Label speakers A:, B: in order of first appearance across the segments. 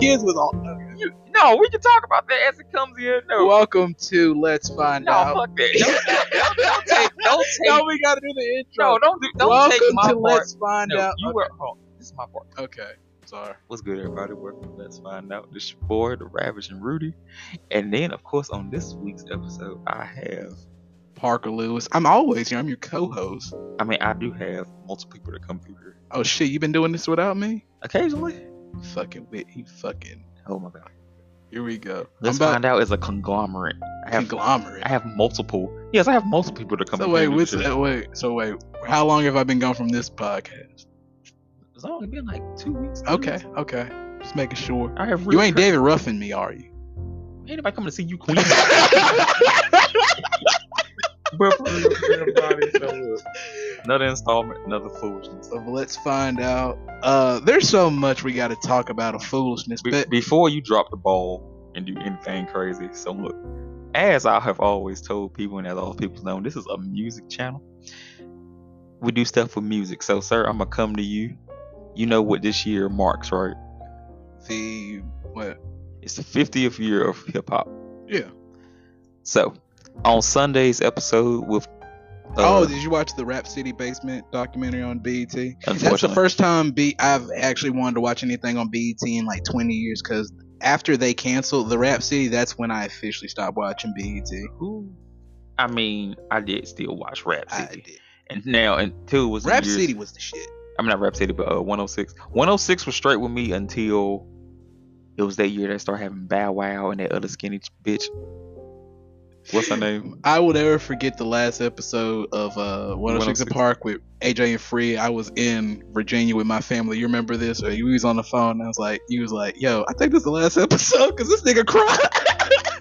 A: kids was on.
B: You, no, we can talk about that as it comes in. No,
A: Welcome to Let's Find
B: no,
A: Out.
B: fuck that. Don't, don't, don't take, don't
A: Now
B: take,
A: we gotta do the intro.
B: no, don't do, don't
A: Welcome
B: take my
A: to
B: part.
A: Let's Find
B: no,
A: Out.
B: you were. Hold on, this is my part.
A: okay, sorry.
B: What's good, everybody? Welcome to Let's Find Out. This is your boy, the Ravaging Rudy, and then of course on this week's episode, I have.
A: Parker Lewis. I'm always here. I'm your co-host.
B: I mean, I do have multiple people that come through here
A: Oh shit, you been doing this without me?
B: occasionally.
A: Fucking wit. He fucking.
B: Oh my god.
A: Here we go. I'm
B: Let's
A: about
B: find out is a conglomerate. I have,
A: conglomerate.
B: I have multiple. Yes, I have multiple people that come.
A: so
B: through
A: wait,
B: and do
A: what's
B: shit.
A: uh, wait? So wait, how long have I been gone from this podcast?
B: It's only been like two weeks. three
A: Okay,
B: weeks.
A: okay. Just making sure.
B: I have.
A: You
B: really
A: ain't
B: cra-
A: David Ruffin me, are you?
B: Ain't nobody coming to see you, Queen. but for real, everybody, so look, another installment, another foolishness.
A: So let's find out. Uh, there's so much we got to talk about of foolishness,
B: Be-
A: but
B: before you drop the ball and do anything crazy, so look, as I have always told people, and as all people know, this is a music channel. We do stuff with music. So, sir, I'm gonna come to you. You know what this year marks, right?
A: the what?
B: It's the 50th year of hip hop.
A: Yeah.
B: So, on Sunday's episode with uh,
A: oh, did you watch the Rap City Basement documentary on BET? That's the
B: unfortunately,
A: first time B- I've actually wanted to watch anything on BET in like 20 years because after they canceled the Rap City, that's when I officially stopped watching E BET.
B: Ooh. I mean, I did still watch Rap
A: I
B: City,
A: did.
B: and now until was the
A: Rap
B: years-
A: City was the shit.
B: I mean, not Rap City, but uh, 106. 106 was straight with me until it was that year they started having Bow Wow and that other skinny ch- bitch. What's her name?
A: I will never forget the last episode of uh, 106 and
B: 106.
A: Park with AJ and Free. I was in Virginia with my family. You remember this? Or you was on the phone. And I was like, you was like, yo, I think this is the last episode because this nigga cried.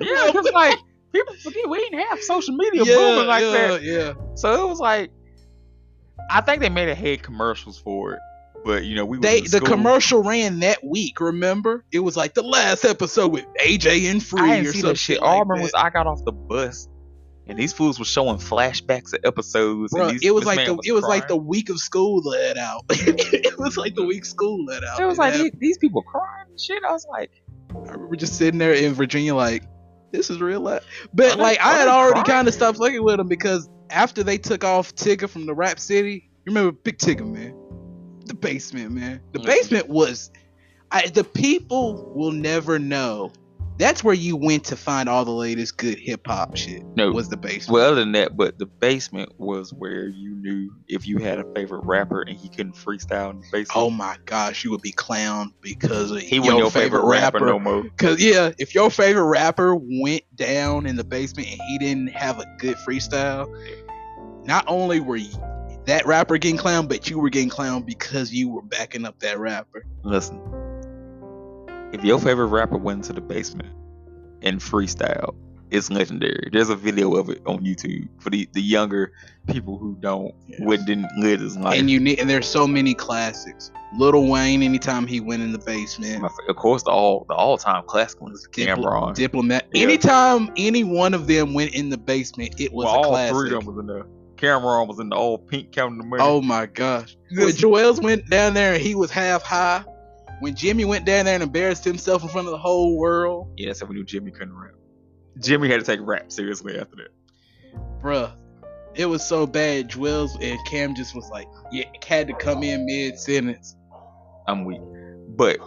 B: yeah, because like people forget we didn't have social media booming like
A: yeah,
B: that,
A: yeah.
B: so it was like I think they made a head commercials for it, but you know we was
A: They
B: in
A: the
B: school.
A: commercial ran that week. Remember? It was like the last episode with AJ and Free.
B: I didn't
A: or
B: see
A: some
B: that shit.
A: like
B: All I remember
A: that.
B: was I got off the bus, and these fools were showing flashbacks of episodes.
A: Bruh,
B: and these,
A: it was
B: this
A: like
B: man
A: the it was like the
B: crying.
A: week of school let out. it was like the week school let out.
B: It was
A: It
B: like
A: happened.
B: these, these people crying and shit. I was like,
A: I remember just sitting there in Virginia, like, this is real life. But
B: Are they-
A: like, I
B: are
A: had
B: they
A: already
B: crying?
A: kind of stopped fucking with him because after they took off Tigger from the Rap City, you remember Big Tigger, man, the basement, man. The
B: Mhm.
A: basement was, I, the people will never know. That's where you went to find all the latest good hip hop shit.
B: no.
A: Was the basement?
B: well, other than that, but the basement was where you knew if you had a favorite rapper and he couldn't freestyle in the
A: Oh
B: basement.
A: my gosh, you would be clowned because of
B: he
A: your,
B: wasn't your
A: favorite, rapper.
B: no more.
A: Cause yeah, if your favorite rapper went down in the basement and he didn't have a good freestyle, not only were you, that rapper getting clowned, but you were getting clowned because you were backing up that rapper.
B: Listen, if your favorite rapper went to the basement and freestyle, it's legendary. There's a video of it on YouTube for the, the younger people who don't
A: Yes.
B: what didn't live this life.
A: And you need, and there's so many classics. Lil Wayne, anytime he went in the basement,
B: My f- of course, the all the all time classic one is
A: Diplo-
B: Cameron.
A: Diplomat.
B: Yeah.
A: Anytime any one of them went in the basement, it was
B: well,
A: a
B: all three
A: classic.
B: of them was in there. Cameron was in the old pink counting the money.
A: Oh my gosh. When Joel's went down there and he was half high, when Jimmy went down there and embarrassed himself in front of the whole world,
B: yeah, that's how we knew Jimmy couldn't rap. Jimmy had to take rap seriously after that.
A: bruh, it was so bad. Joel's and Cam just was like, yeah, had to come in mid sentence.
B: I'm weak, but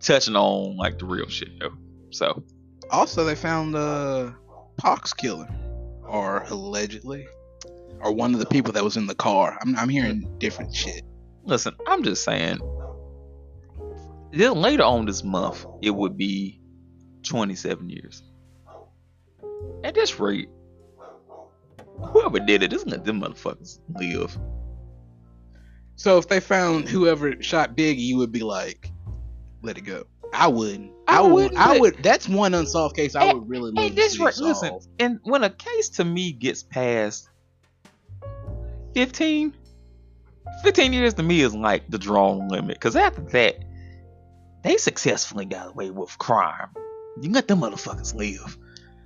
B: touching on like the real shit though. So
A: Also, they found uh, Pox killer, or allegedly, or one of the people that was in the car. I'm, I'm hearing different shit.
B: listen, I'm just saying. Then later on this month, it would be 27 years. At this rate, whoever did it, just let them motherfuckers live.
A: So if they found whoever shot Biggie, you would be like, let it go. I wouldn't. I,
B: I
A: would.
B: wouldn't,
A: I
B: but-
A: would. That's one unsolved case I
B: Hey,
A: would really
B: Hey,
A: love to
B: this
A: see
B: right,
A: solved.
B: listen, and when a case to me gets past 15, 15 years to me is like the drawn limit. Because after that, they successfully got away with crime. You let them motherfuckers live.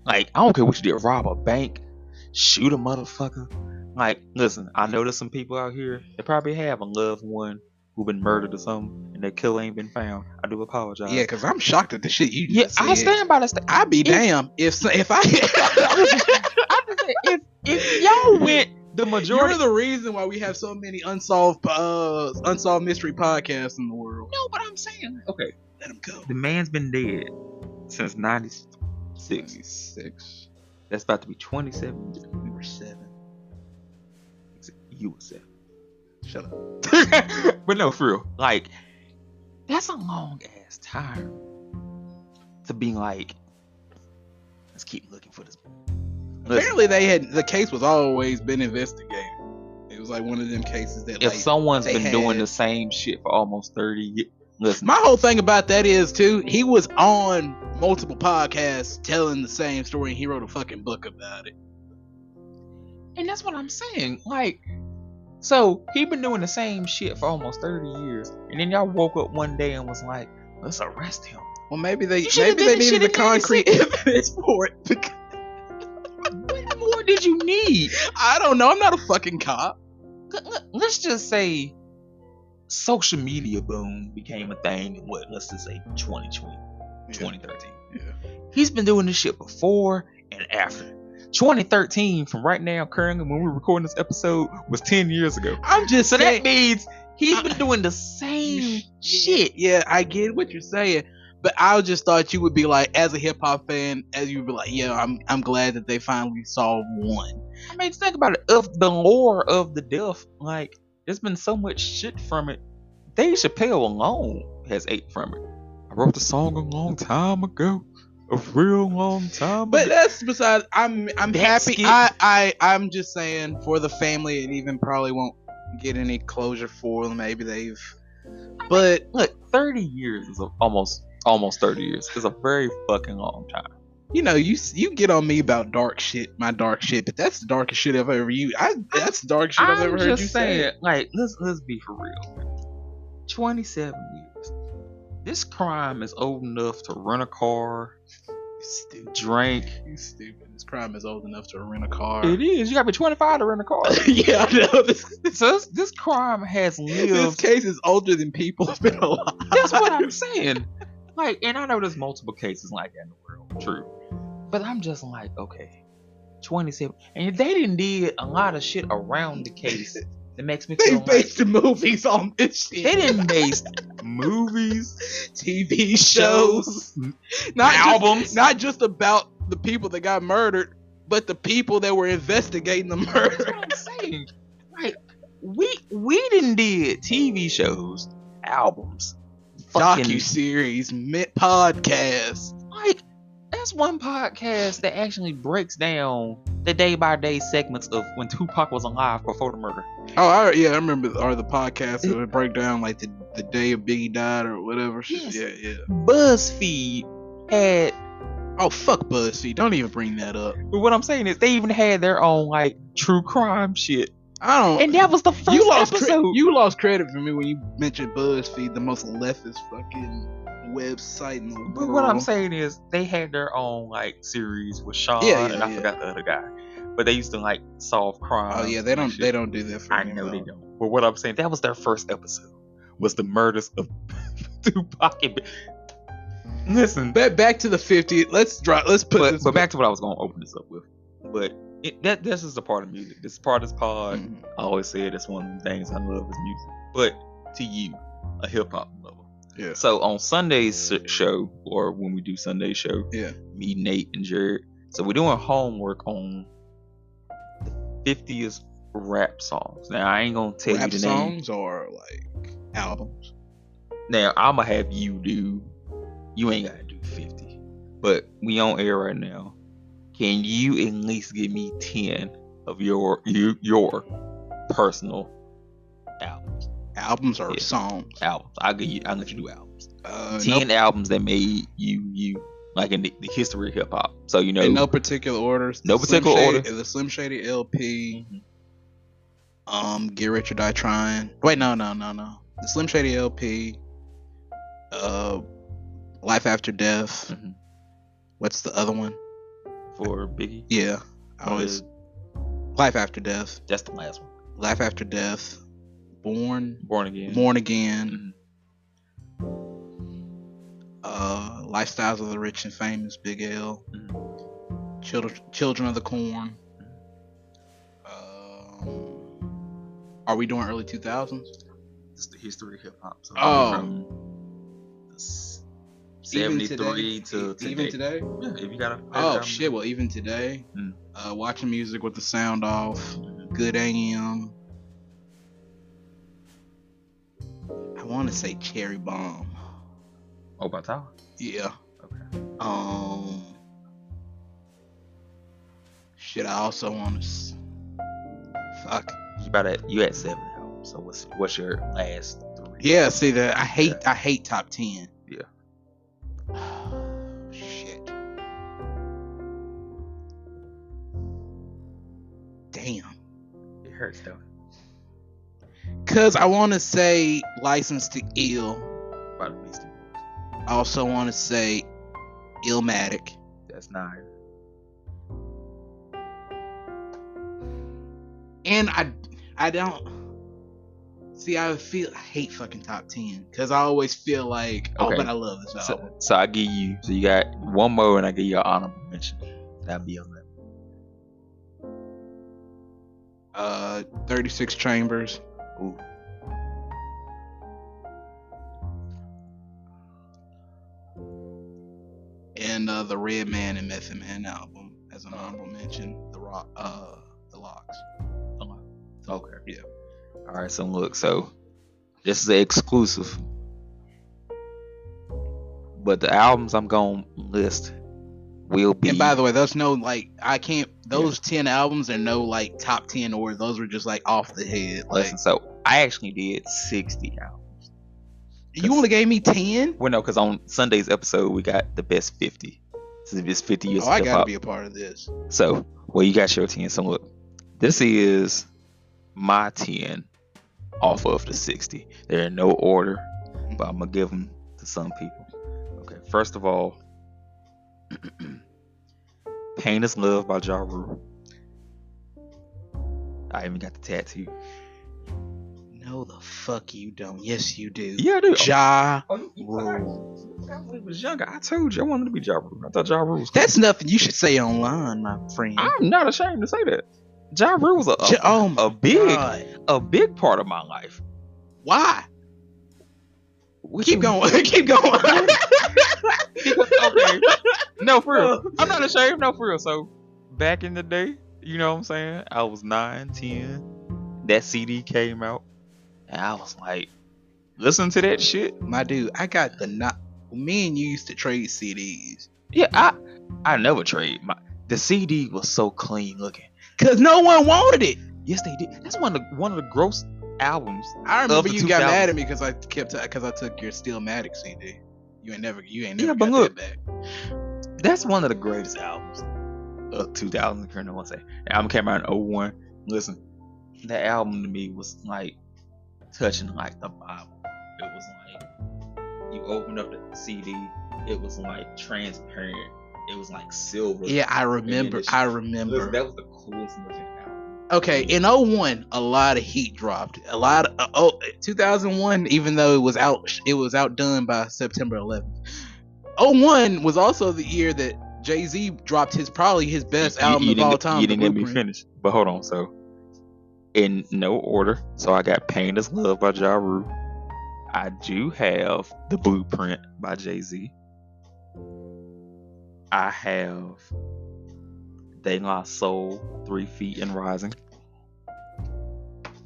B: Like, I don't care what you did, rob a bank, shoot a motherfucker. Like, listen, I know there's some people out here that probably have a loved one who've been murdered or something, and their killer ain't been found. I do apologize.
A: Yeah, because I'm shocked at the shit you
B: Uh, Yeah,
A: just
B: I
A: said.
B: stand by that. sta-
A: I'd be
B: If-
A: damn if so- if I.
B: I just said, if if y'all went the majority,
A: You're the reason why we have so many unsolved uh, unsolved mystery podcasts in the world.
B: no, but I'm saying okay.
A: Let them go.
B: The man's been dead since '96.
A: Six,
B: That's about to be 27 years.
A: we were seven.
B: You were seven.
A: Shut up.
B: but no, for real, like that's a long ass time to be like. Let's keep looking for this. Listen,
A: Apparently, they had the case was always been investigated. It was like one of them cases that
B: if
A: like,
B: someone's
A: they
B: been doing
A: had-
B: the same shit for almost 30 years, listen,
A: My whole thing about that is too, he was on multiple podcasts telling the same story and he wrote a fucking book about it.
B: And that's what I'm saying. Like, so he been doing the same shit for almost 30 years, and then y'all woke up one day and was like, "Let's arrest him."
A: Well maybe they
B: You should've
A: maybe they
B: did this
A: needed the
B: shit in
A: concrete evidence for it. because-
B: What more did you need?
A: I don't know, I'm not a fucking cop.
B: Look, look, Let's just say social media boom became a thing in what? Let's just say 2020, 2013.
A: Yeah.
B: He's been doing this shit before and after. 2013, from right now, currently, when we're recording this episode, was 10 years ago.
A: I'm just
B: So that
A: saying
B: means he's been doing the same shit.
A: Yeah, I get what you're saying. But I just thought you would be like, as a hip hop fan, as you'd be like, yeah, I'm I'm glad that they finally solved one.
B: I mean, think about it. Of the lore of the death, like there's been so much shit from it. Dave Chappelle alone has ate from it. I wrote the song a long time ago, a real long time
A: But
B: ago.
A: that's besides. I'm I'm
B: That's
A: happy.
B: it.
A: I I I'm just saying for the family, it even probably won't get any closure for them. Maybe they've. But
B: Look, 30 years is a, almost almost 30 years is a very fucking long time.
A: you know, you s- you get on me about dark shit, my dark shit. But that's the darkest shit I've ever you. I that's the dark shit i have
B: I'm
A: ever heard
B: just
A: you
B: saying,
A: say.
B: like, let's let's be for real. 27 years. This crime is old enough to rent a car,
A: Stupid.
B: drink.
A: You stupid. This crime is old enough to rent a car.
B: It is. You gotta be 25 to rent a car.
A: yeah, I know. This,
B: So this, this crime has
A: this
B: lived.
A: case is older than people have been alive.
B: That's what I'm saying. Like, and I know there's multiple cases like that in the world. True. But I'm just like, okay, 27. And they didn't did a lot of shit around the case that makes me
A: They
B: feel like
A: based the movies on this shit.
B: they didn't base movies,
A: TV shows,
B: shows,
A: not just
B: albums.
A: not just about the people that got murdered, but the people that were investigating the
B: That's
A: murder.
B: what I'm saying. Like, we we didn't did TV shows, albums, fucking
A: Docu series, podcast.
B: like that's one podcast that actually breaks down the day by day segments of when Tupac was alive before the murder.
A: Oh, I, yeah, I remember. the- Or the podcast
B: Mm.
A: that would break down like the, the day of Biggie died or whatever.
B: Yes.
A: Yeah, yeah.
B: BuzzFeed had
A: Oh fuck BuzzFeed, don't even bring that up.
B: but what I'm saying is they even had their own like true crime shit.
A: I don't.
B: And that was the first
A: you lost cre-
B: episode.
A: you lost credit for me when you mentioned BuzzFeed, the most leftist fucking website in the world.
B: but what I'm saying is they had their own like series with Sean
A: Yeah, yeah,
B: and I
A: yeah.
B: forgot the other guy. But they used to like solve crime.
A: Oh yeah, they don't they don't do that for
B: I
A: me,
B: know
A: no.
B: they don't. But what I'm saying, that was their first episode. Was the murders of Tupac and Listen,
A: Ba- back to the 50. Let's drop. Let's put
B: but,
A: this.
B: but back to what I was gonna open this up with. But it, that that's just a part of music. This is part of this pod.
A: Mhm.
B: I always say it, it's one of the things I love is music. But to you, a hip hop lover.
A: Yeah.
B: So on Sunday's s- show, or when we do Sunday's show,
A: Yeah.
B: me, Nate, and Jared. So we're doing homework on the 50th rap songs. Now I ain't gonna tell
A: Rap
B: you the name.
A: songs or like albums.
B: Now I'ma have you do. You ain't gotta do fifty, but we on air right now. Can you at least give me ten of your you, your personal albums?
A: Albums or
B: Yeah.
A: songs.
B: Albums. I'll give you. I'll let you do albums.
A: Uh, no-
B: ten albums that made you you like in the, the history of hip hop. So you know.
A: in no particular order.
B: No
A: The Slim
B: particular
A: Shady-
B: order.
A: The Slim Shady LP. Um, Get Rich or Die Trying. Wait, no, no, no, no. The Slim Shady LP. Uh, Life After Death.
B: Mhm.
A: What's the other one?
B: For Biggie,
A: Yeah, I always. Life After Death.
B: that's the last one.
A: Life After Death. Born,
B: Born again.
A: Born Again,
B: Mhm.
A: uh, Lifestyles of the Rich and Famous, Big L,
B: Mhm.
A: Children, Children of the Corn. Um, are we doing early 2000s?
B: It's the history of hip hop. So
A: Oh.
B: From the s-
A: Even
B: 73 to
A: e- even today.
B: Yeah, if you got a.
A: Oh shit! Well, even today,
B: Mm.
A: uh, watching music with the sound off,
B: Mhm.
A: good AM. I want to say Cherry Bomb.
B: Oh, by Tyler.
A: Yeah.
B: Okay.
A: Um. Shit, I also want to. Fuck.
B: You about at you at seven. though. So what's what's your last three?
A: Yeah. See that I hate I hate top ten.
B: Yeah.
A: Shit. Damn.
B: It hurts though.
A: Cause I want to say "License to Ill."
B: By the Beastie.
A: I also want to say "Illmatic."
B: That's nine.
A: And I, I don't see. I feel I hate fucking top ten because I always feel like, oh,
B: Okay.
A: but I love this album.
B: So, so I give you. So you got one more, and I give you an honorable mention. That'd be on that.
A: uh, Thirty Six Chambers.
B: Ooh.
A: And uh, the Red Man and Method Man album, as an honorable mention, the rock, uh, the locks.
B: Okay.
A: Yeah.
B: All right. So look. So this is an exclusive. But the albums I'm gonna list will be.
A: And by the way, that's no like I can't. Those ten albums are no like top ten or those were just like off the head. Like
B: listen. So I actually did 60 albums.
A: you only gave me ten.
B: Well, no, because on Sunday's episode we got the best 50. Since it's 50 years
A: Oh, I
B: of hip
A: gotta
B: hop.
A: be a part of this.
B: So, well, you got your 10. So, look, this is my 10 off of the 60. They're in no order, but I'm going to give them to some people. Okay, first of all, Pain is Love by Ja Rule. I even got the tattoo.
A: No, the fuck you don't. Yes, you do.
B: Yeah, I do.
A: Ja
B: Oh, you- you- I-
A: Rule.
B: when I was younger, I told you I wanted to be Ja Rule. I thought Ja Rule was.
A: That's nothing you should say online, my friend.
B: I'm not ashamed to say that. Ja Rule was a,
A: Ja- oh my
B: a big
A: God.
B: a big part of my life.
A: Why?
B: What
A: Keep
B: you-
A: going. Keep going.
B: okay. No, for real. I'm not ashamed. No, for real. So, back in the day, you know what I'm saying? I was 9, 10. That CD came out. And I was like, listen to that shit.
A: my dude, I got the not. Me and you used to trade CDs.
B: Yeah, I I never trade. My, the CD was so clean looking.
A: Cause no one wanted it.
B: Yes, they did. That's one of the, one of the gross albums.
A: I remember
B: the
A: you got
B: 2000s.
A: mad at me because I kept because I took your Stillmatic CD. You ain't never you ain't never
B: Yeah, but
A: got
B: look.
A: that back.
B: That's one of the greatest albums of 2000. Current, I want to say. The album came out in 01. Listen, that album to me was like touching like the Bible. It was like you opened up the CD. It was like transparent. It was like silver.
A: Yeah, I remember.
B: this-
A: I
B: Listen,
A: remember.
B: that was the coolest looking album.
A: Okay, in 01, a lot of heat dropped. A lot of uh, oh, 2001, even though it was out, it was outdone by September 11th. 01 was also the year that Jay Z dropped his probably his best
B: You- you-
A: album
B: you
A: of all
B: didn't-
A: time.
B: You
A: The
B: didn't let me
A: Blueprint.
B: finish. But hold on, so in no order. So I got Pain is Love by Ja Rule. I do have The Blueprint by Jay-Z. I have They Lost Soul, Three Feet and Rising.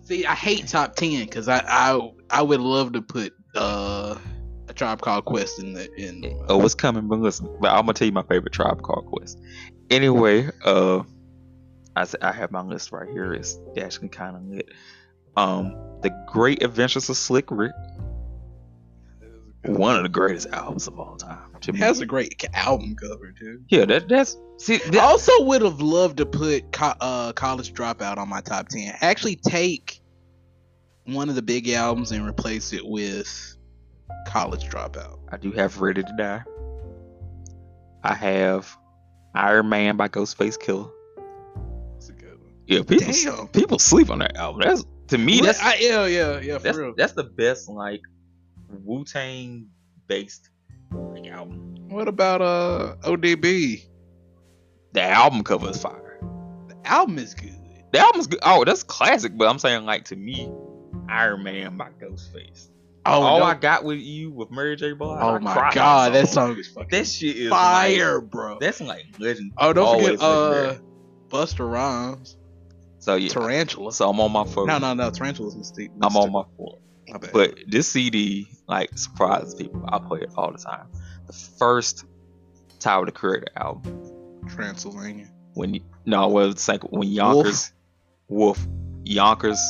A: See, I hate top ten because I, I I would love to put uh, a Tribe Called Quest in the in.
B: Oh, what's coming? But listen, but I'm gonna tell you my favorite tribe called Quest. Anyway, uh, I s- I have my list right here. It's actually kind of lit. Um, The Great Adventures of Slick Rick, one of the greatest albums of all time. To me.
A: That's a great ca- album cover too.
B: yeah, that that's see
A: I
B: that,
A: also would have loved to put co- uh, College Dropout on my top ten. Actually, take one of the big albums and replace it with College Dropout.
B: I do have Ready to Die. I have Iron Man by Ghostface Killer.
A: That's a good one.
B: Yeah, people
A: Damn.
B: people sleep on that album. That's To me, that's
A: I, yeah, yeah, yeah, for
B: that's,
A: real.
B: that's the best like Wu Tang based like, album.
A: What about uh ODB?
B: The album cover is fire.
A: The album is good.
B: The album's good. Oh, that's classic. But I'm saying like to me, Iron Man by Ghostface.
A: Oh,
B: All
A: no.
B: I got with you with Mary J. Blige.
A: oh
B: I
A: my
B: cried.
A: god, that song is fucking
B: that shit is
A: fire,
B: like-
A: bro.
B: that's like legend.
A: oh, don't
B: always
A: forget uh
B: legendary.
A: Buster Rhymes,
B: so yeah.
A: Tarantula.
B: So I'm on my phone.
A: No, no, no, Tarantula's Mystique.
B: I'm on my phone.
A: my bad.
B: But this CD like surprises people. I play it all the time. The first Tower the Creator album.
A: Transylvania.
B: when no, well, it's like when Yonkers, Wolf, Yonkers,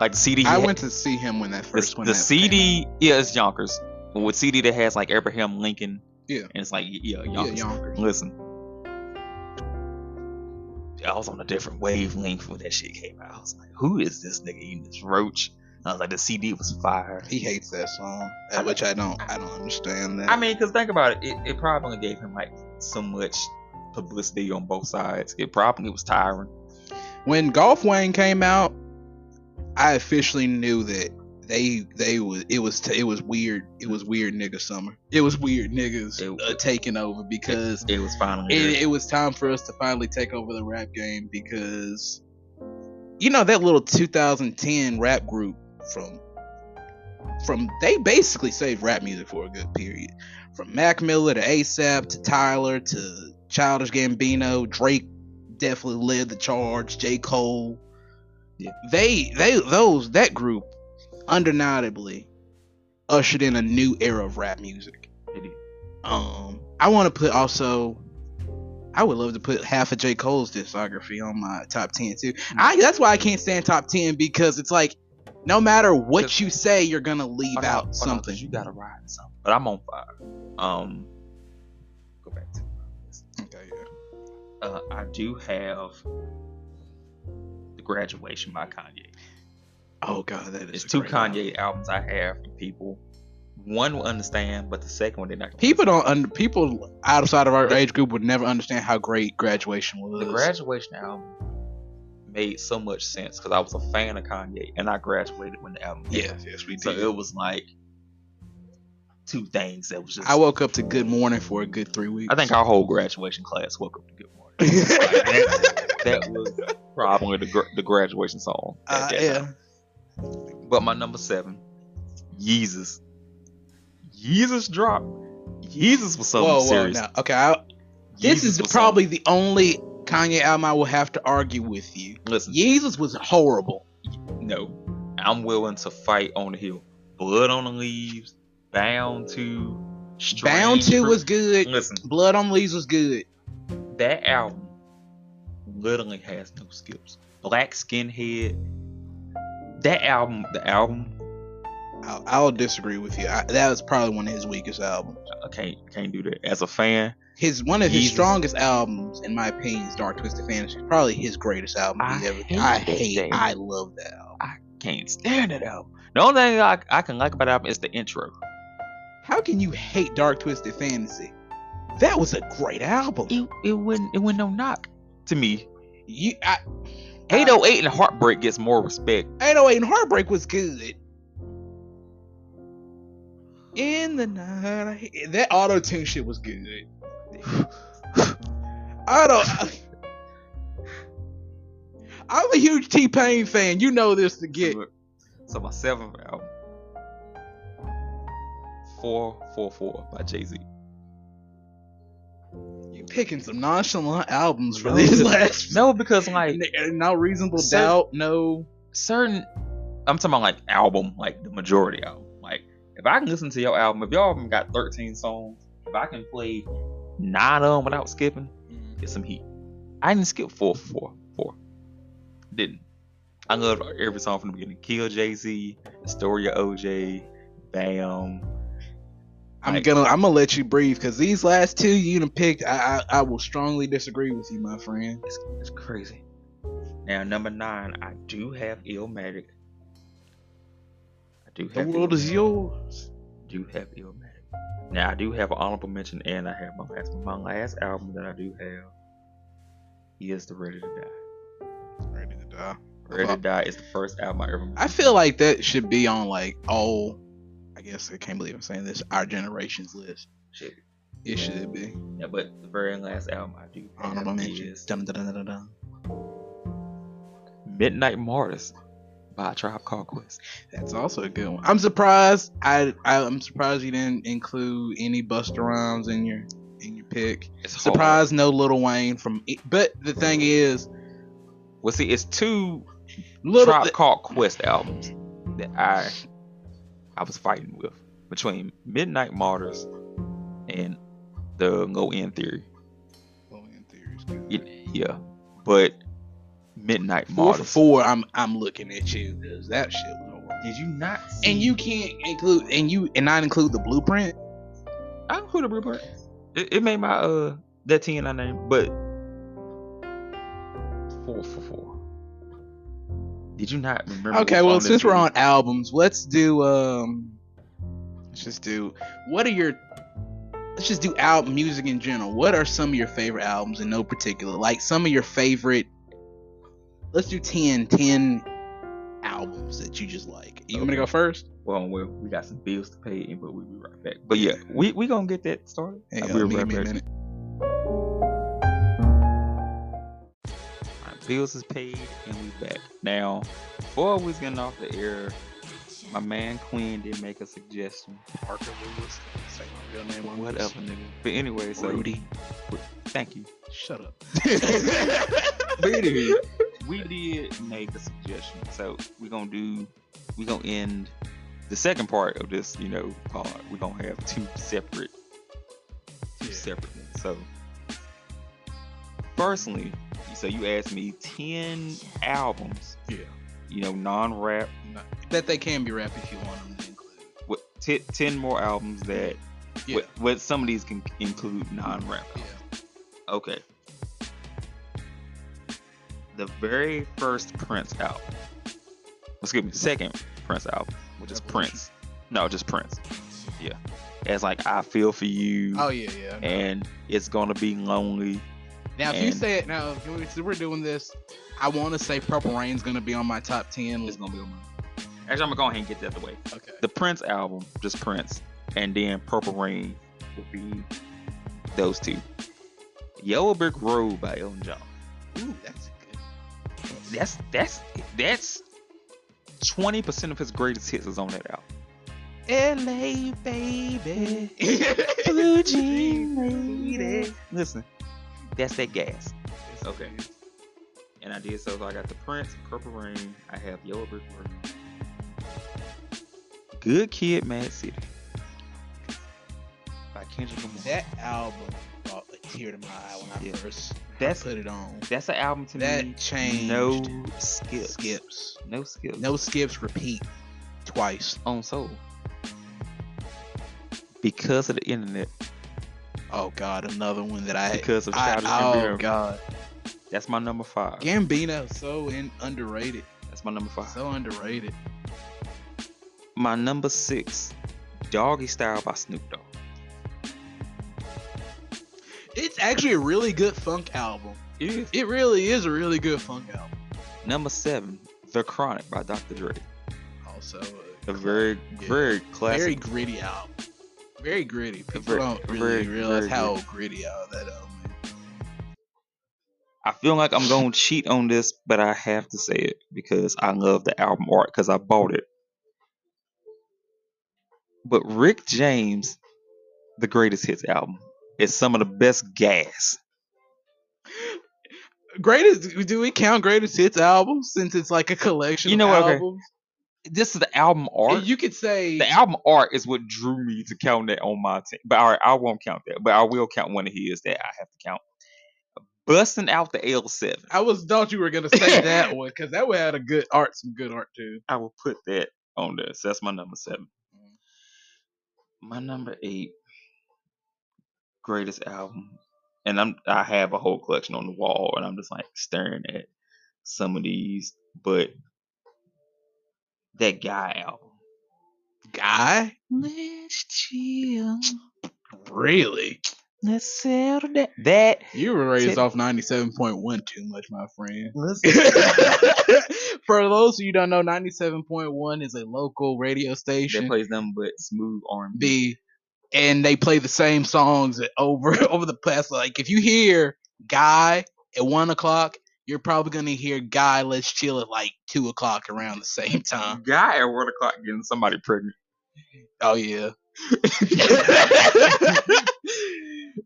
B: like the CD.
A: I
B: had-
A: went to see him when that
B: the,
A: first one.
B: the
A: that came out.
B: CD. Yeah, it's Yonkers. With CD that has like Abraham Lincoln.
A: Yeah.
B: and it's like yeah,
A: Yeah,
B: Yonkers.
A: Yonkers.
B: Listen, I was on a different wavelength when that shit came out. I was like, who is this nigga eating this roach? And I was like, the CD was fire.
A: He hates that song, uh, which I don't. I don't understand that.
B: I mean, because think about it, it, it probably gave him like so much publicity on both sides. It probably was tiring.
A: when Golf Wayne came out, I officially knew that they they was it was it was weird. It was weird nigga summer. It was weird niggas
B: It-
A: uh, taking over because
B: It was finally. good.
A: it, it was time for us to finally take over the rap game because you know that little 2010 rap group from from they basically saved rap music for a good period from Mac Miller to ASAP to Tyler to Childish Gambino Drake definitely led the charge J Cole
B: Yeah.
A: they they those that group undeniably ushered in a new era of rap music
B: It is.
A: um, I want to put also. I would love to put half of J. Cole's discography on my top ten too.
B: Mm-hmm.
A: I that's why I can't stand top ten because it's like, no matter what
B: Cause-
A: you say, you're gonna leave
B: Hold on,
A: out
B: hold on, 'cause
A: something.
B: you gotta ride something. But I'm on fire. Um, go back to.
A: okay, yeah.
B: Uh, I do have the graduation by Kanye.
A: Oh god, that is
B: There's
A: a
B: two
A: great album.
B: Kanye albums I have. for People, one will understand, but the second one they're not. gonna
A: People don't. Un- people outside of our age group would never understand how great graduation was.
B: The graduation album made so much sense because I was a fan of Kanye, and I graduated when the album. came out.
A: yes, yes, we did.
B: So it was like two things that was just.
A: I woke up to Good Morning for a good three weeks.
B: I think our whole graduation class woke up to Good Morning. that was probably the, gr- the graduation song. at
A: Uh,
B: that
A: yeah.
B: time. But my number seven, Yeezus. Yeezus dropped. Yeezus was something
A: Whoa, whoa,
B: serious.
A: no. Okay, I, This
B: Yeezus
A: is the,
B: was
A: probably the only Kanye album I will have to argue with you.
B: something- listen.
A: Jesus was horrible.
B: No, I'm willing to fight on the hill. Blood on the leaves. Bound to. Strange
A: Bound to
B: Fruit-
A: was good.
B: Listen,
A: Blood on Leaves was good.
B: that album literally has no skips. Black skinhead. That album, the album,
A: I'll, I'll disagree with you. I, that was probably one of his weakest albums.
B: I can't can't do that. As a fan,
A: His one of his
B: Jesus.
A: strongest albums, in my opinion, is Dark Twisted Fantasy. Probably his greatest album
B: I
A: he's ever.
B: hate
A: I
B: that
A: hate.
B: thing.
A: I love that album.
B: can't stand it album. The only thing I, I can like about the album is the intro.
A: How can you hate Dark Twisted Fantasy? That was a great album.
B: It it wouldn't it wouldn't no knock to me.
A: You, I,
B: 808 and Heartbreak gets more respect.
A: 808 and Heartbreak was good. In the night, I hate- that auto tune shit was good. I don't. I'm a huge T Pain fan. You know this to get.
B: So my seventh album, Four Four Four by Jay Z.
A: You picking some nonchalant albums for these last.
B: No, because like
A: N- no reasonable
B: Sir-
A: doubt. No.
B: certain, I'm talking about like album, like the majority album. Like if I can listen to your album, if your album got 13 songs, if I can play nine of them without skipping, get some heat. I didn't skip four four four. Didn't. I loved every song from the beginning. Kill Jay Z, Story of OJ, Bam.
A: I'm
B: Like-
A: gonna. I'm gonna let you breathe because these last two you done picked. I, I I will strongly disagree with you, my friend.
B: It's, it's crazy. Now number nine, I do have Illmatic. I do
A: The
B: have
A: world is
B: Illmatic.
A: yours.
B: do have Illmatic. Now I do have an honorable mention, and I have my last my last album that I do have is the Ready to Die.
A: Ready to die.
B: Ready to Die is the first album I ever.
A: I feel like that should be on like all. I guess I can't believe I'm saying this. Our generation's list.
B: Should be.
A: It should be.
B: Yeah, but the very last album I do
A: Honorable
B: have
A: mention.
B: is
A: Dun, dun, dun, dun, dun.
B: Midnight Martyrs by Tribe Called Quest.
A: That's also a good one. I'm surprised. I, I I'm surprised you didn't include any Buster Rhymes in your in your pick.
B: It's hard.
A: Surprised no Little Wayne from. e, But the thing is,
B: Well, see, it's two
A: Little
B: Tribe Called Quest albums that I I was fighting with between Midnight Martyrs and the No End Theory.
A: Well, in theory, it's good.
B: It- yeah, but Midnight
A: Four for
B: Martyrs.
A: four. I'm I'm looking at you because that shit was horrible.
B: Did you not? See?
A: And you can't include and you and not include the blueprint.
B: I include a blueprint. It, it made my uh that ten I named, but four for four. Did you not remember?
A: Okay,
B: what's
A: well
B: this
A: since we're
B: thing?
A: on albums, let's do um let's just do what are your let's just do album music in general. What are some of your favorite albums in no particular? Like some of your favorite let's do 10, 10 albums that you just like. You want me to go first?
B: well, we we got some bills to pay, and but we'll be right back. But yeah, we we gonna get that started. Uh,
A: Hang
B: I'll
A: on,
B: be
A: uh, give
B: right
A: me a
B: back.
A: minute.
B: Alright, bills is paid, and we back now. Before we was getting off the air, my man Quinn did make a suggestion.
A: Parker Lewis. Say my real name on
B: Whatever, nigga. But anyway, so
A: Rudy.
B: thank you.
A: Shut up.
B: But anyway, we did make a suggestion. So we're gonna do we're gonna end the second part of this, you know, pod. We're gonna have two separate two
A: Yeah.
B: separate ones. So personally, so you asked me ten albums,
A: yeah.
B: you know, non rap
A: That they can be rap if you want them to include.
B: with t- ten more albums that
A: Yeah.
B: with, with some of these can include non rap
A: Yeah.
B: Okay. The very first Prince album. Excuse me, second Prince album, which is
A: Revolution.
B: Prince. No, just Prince. Yeah. It's like I feel for you
A: Oh yeah, yeah.
B: and it's gonna be lonely.
A: Now, if you
B: And-
A: say it now, if we- if we're doing this, I want to say Purple Rain's gonna be on my top ten.
B: It's gonna be lonely. Actually I'm gonna go ahead and get that the way.
A: Okay.
B: The Prince album, just Prince, and then Purple Rain would be those two. Yellow Brick Road by Elton John.
A: Ooh, that's good.
B: That's that's that's twenty percent of his greatest hits is on that album. L.A. baby, blue jean lady. Listen, that's that gas. Okay. And I did so. so I got the Prince, Purple Rain. I have Yellow Brick Road. Good Kid, Mad City by Kendrick Lamar.
A: That album brought a tear to my eye when I
B: Yeah.
A: first
B: That's-
A: put it on.
B: that's an album to me.
A: That changed.
B: No skips.
A: skips.
B: No skips.
A: No skips. Repeat twice.
B: on soul. Because of the internet.
A: Oh God, another one that I.
B: Because of
A: I
B: Childish
A: oh
B: Gambino.
A: God,
B: That's my number five.
A: Gambino so in, underrated.
B: That's my number five.
A: So underrated.
B: my number six, Doggy Style by Snoop Dogg.
A: It's actually a really good funk album.
B: It is.
A: It really is a really good funk album.
B: Number seven, The Chronic by Dr. Dre.
A: Also,
B: A very,
A: Yeah.
B: very
A: very
B: classic.
A: gritty album. Very gritty. People
B: Very-
A: don't really
B: very-
A: realize
B: very
A: how gritty all that album. is.
B: I feel like I'm going to cheat on this, but I have to say it because I love the album art because I bought it. But Rick James, the greatest hits album, is some of the best gas.
A: Greatest? Do we count greatest hits albums since it's like a collection?
B: You know
A: of
B: what, okay.
A: albums?
B: This is the album art.
A: And You could say
B: the album art is what drew me to count that on my team. But all right, I won't count that. But I will count one of his that I have to count. Busting out the L7.
A: I was thought you were gonna say that one because that one had a good art, some good art too.
B: I will put that on there. So that's my number seven. Mm-hmm. My number eight greatest album. And I'm I have a whole collection on the wall and I'm just like staring at some of these. But that guy album.
A: Guy,
B: Let's chill.
A: really?
B: Let's settle down. That
A: You were raised
B: Tit-
A: off ninety seven point one too much, my friend.
B: listen.
A: First for those of you who don't know, ninety seven point one is a local radio
B: That
A: station.
B: plays them but smooth R&B.
A: B, and they play the same songs over over the past. Like if you hear Guy at one o'clock, you're probably gonna hear Guy Let's Chill at like two o'clock around the same time.
B: Guy at one o'clock getting somebody pregnant.
A: Oh yeah,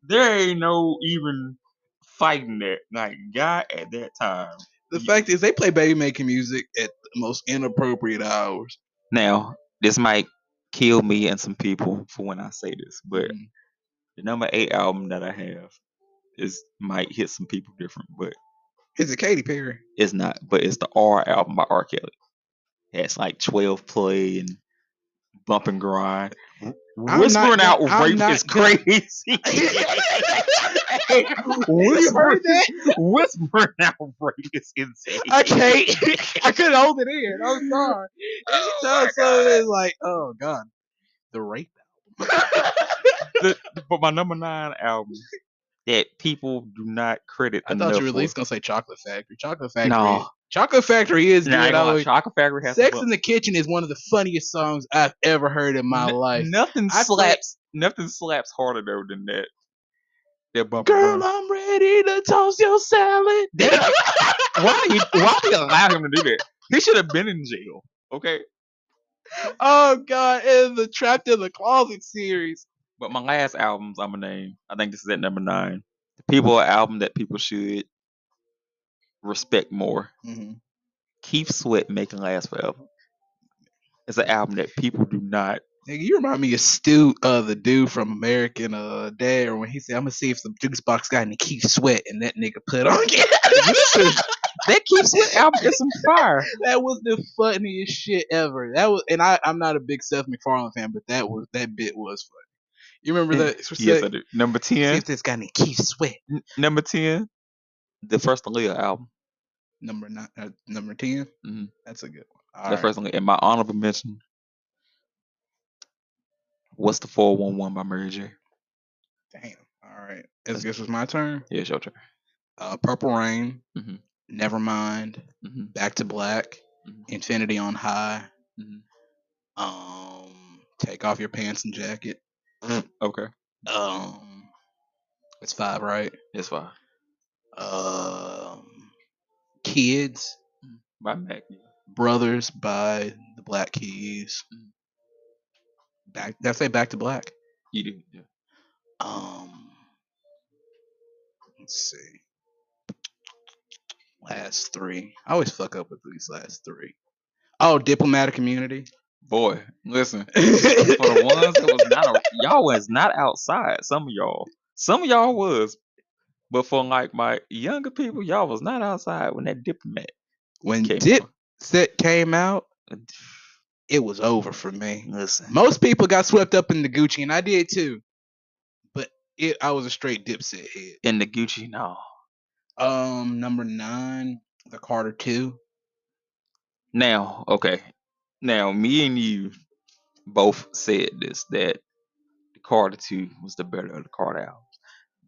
B: there ain't no even fighting that. Like guy at that time.
A: the fact is they play baby making music at the most inappropriate hours.
B: Now this might kill me and some people for when I say this, but
A: Mhm.
B: the number eight album that I have is might hit some people different, but
A: Is it Katy Perry?
B: it's not. But it's the R album by R Kelly. It's like twelve play and bump and grind.
A: not
B: Whispering out
A: gon- I'm
B: rape
A: not
B: is
A: gon-
B: crazy.
A: You heard that?
B: Whispering out rape is insane.
A: I can't. I couldn't hold it in. I'm sorry.
B: Oh
A: Anytime
B: my
A: something
B: God.
A: is like, oh god, the rape.
B: The- but my number nine album that people do not credit
A: I
B: enough
A: thought you were at
B: for.
A: least gonna say Chocolate Factory. Chocolate Factory.
B: No.
A: Chocolate Factory is
B: Nah, I ain't
A: good.
B: gonna lie,
A: always-
B: Chocolate Factory has
A: Sex
B: some
A: in the Kitchen is one of the funniest songs I've ever heard in my
B: N-
A: life.
B: Nothing
A: I play-
B: slaps. nothing slaps harder though than that. That bumper.
A: Girl,
B: grind.
A: I'm ready to toss your salad.
B: why do you why do you allow him to do that? He should have been in jail. Okay.
A: oh god, and the Trapped in the Closet series.
B: But my last albums I'm gonna name. I think this is at number nine. The people album that people should respect more. Keep Sweat Making Last Forever. It's an album that people do not
A: Nigga, you remind me of Stu, uh, the dude from American uh, Dad, when he said, "I'm gonna see if the juice box got any Keith Sweat," and that nigga put on.
B: That Keep Sweat album is some fire.
A: that was the funniest shit ever. That was, and I, I'm not a big Seth MacFarlane fan, but that was that bit was funny. You remember
B: Yeah.
A: that?
B: Yes, I do. Number
A: See
B: ten.
A: if this got any Keith Sweat.
B: n- Number ten. The first Aaliyah album.
A: Number nine, uh, number 10
B: Mhm.
A: That's a good one.
B: The
A: All right.
B: first Aaliyah. And my honorable mention. What's the four one one by Mary J?
A: Damn. All right. This, this was my turn.
B: Yeah, it's your turn.
A: Uh, Purple Rain.
B: Mhm.
A: Never mind.
B: Mhm,
A: Back to Black.
B: mhm,
A: Infinity on High.
B: mhm.
A: Um, take off your pants and jacket. Mm,
B: Okay,
A: Um, it's five, right?
B: it's fine.
A: Um, kids.
B: By Mac.
A: Brothers by the Black Keys.
B: Mm.
A: Back did I say back to black?
B: You do. Yeah.
A: Um let's see. Last three. I always fuck up with these last three. Oh, diplomatic community.
B: Boy, listen. For the
A: I
B: ones that was not, a, y'all was not outside. Some of y'all, some of y'all was, but for like my younger people, y'all was not outside when that diplomat
A: when
B: came.
A: Dip set came out,
B: on.
A: it was over for me.
B: Listen,
A: Most people got swept up in the Gucci, and I did too. But it, I was a straight dipset head.
B: in the Gucci, no.
A: Um, number nine, the Carter Two.
B: Now, okay. Now, me and you both said this that the Carter 2 was the better of the Carter album.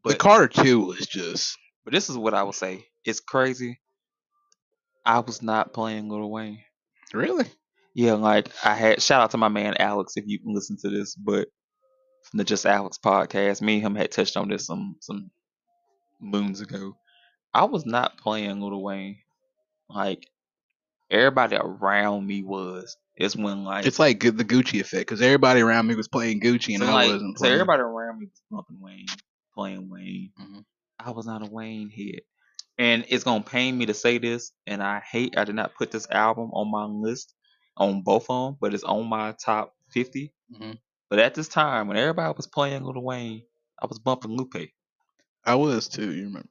A: the
B: But-
A: Carter Two was just
B: But this is what I would say. It's crazy. I was not playing Little Wayne.
A: really.
B: Yeah, like I had shout out to my man Alex if you listen to this, but from the Just Alex podcast, me and him had touched on this some some moons ago. I was not playing Little Wayne. Like everybody around me was. It's when like
A: It's like the Gucci effect because everybody around me was playing Gucci and
B: so,
A: I
B: like,
A: wasn't.
B: so
A: Playing.
B: everybody around me was bumping Wayne, playing Wayne.
A: Mhm.
B: I was not a Wayne head, and it's gonna pain me to say this, and I hate I did not put this album on my list, on both of them, but it's on my top 50
A: Mhm.
B: But at this time, when everybody was playing Little Wayne, I was bumping Lupe,
A: I was too. You remember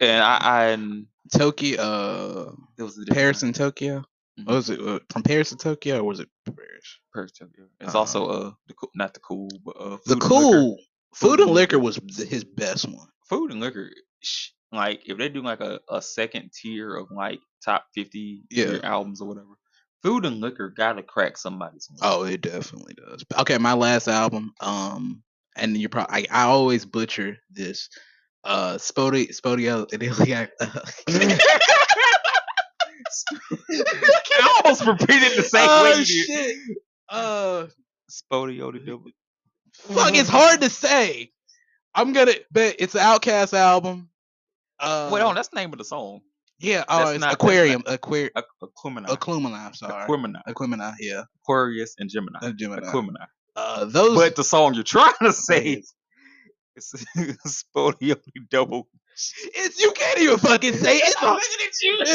B: and I, I and
A: Tokyo, uh,
B: it was a different
A: Paris
B: time.
A: and Tokyo.
B: Mhm.
A: What was it uh, from Paris to Tokyo or was it Paris?
B: Paris, Tokyo. It's
A: Uh,
B: also uh the cool, not the cool, but uh
A: The
B: Food and Liquor.
A: cool
B: Food
A: food and
B: and
A: liquor was th- his best one.
B: food and liquor sh- like if they do like a, a second tier of like top 50 tier
A: Yeah.
B: albums or whatever food and liquor gotta crack somebody's lid.
A: Oh, it definitely does. Okay, my last album. Um, and you probably I, I always butcher this.
B: Mm.
A: Uh, Spodi Spodio.
B: I almost repeated the same way
A: Oh
B: you did.
A: shit. Uh,
B: Spodio the double.
A: fuck.
B: Mm-hmm.
A: It's hard to say. I'm gonna, but it's an Outcast album. Uh,
B: Wait, on, that's the name of the song.
A: yeah.
B: that's
A: Oh, it's
B: not- that's
A: Aquarium. Aquarium.
B: A- Aquemini.
A: Aquilumina. I'm sorry.
B: Aquemini.
A: Aquilumina. Yeah.
B: Aquarius and Gemini.
A: Uh, Gemini.
B: Aquemini.
A: Uh, those.
B: But the song you're trying to say is Spodio the double.
A: it's you can't even fucking say it. It's, a-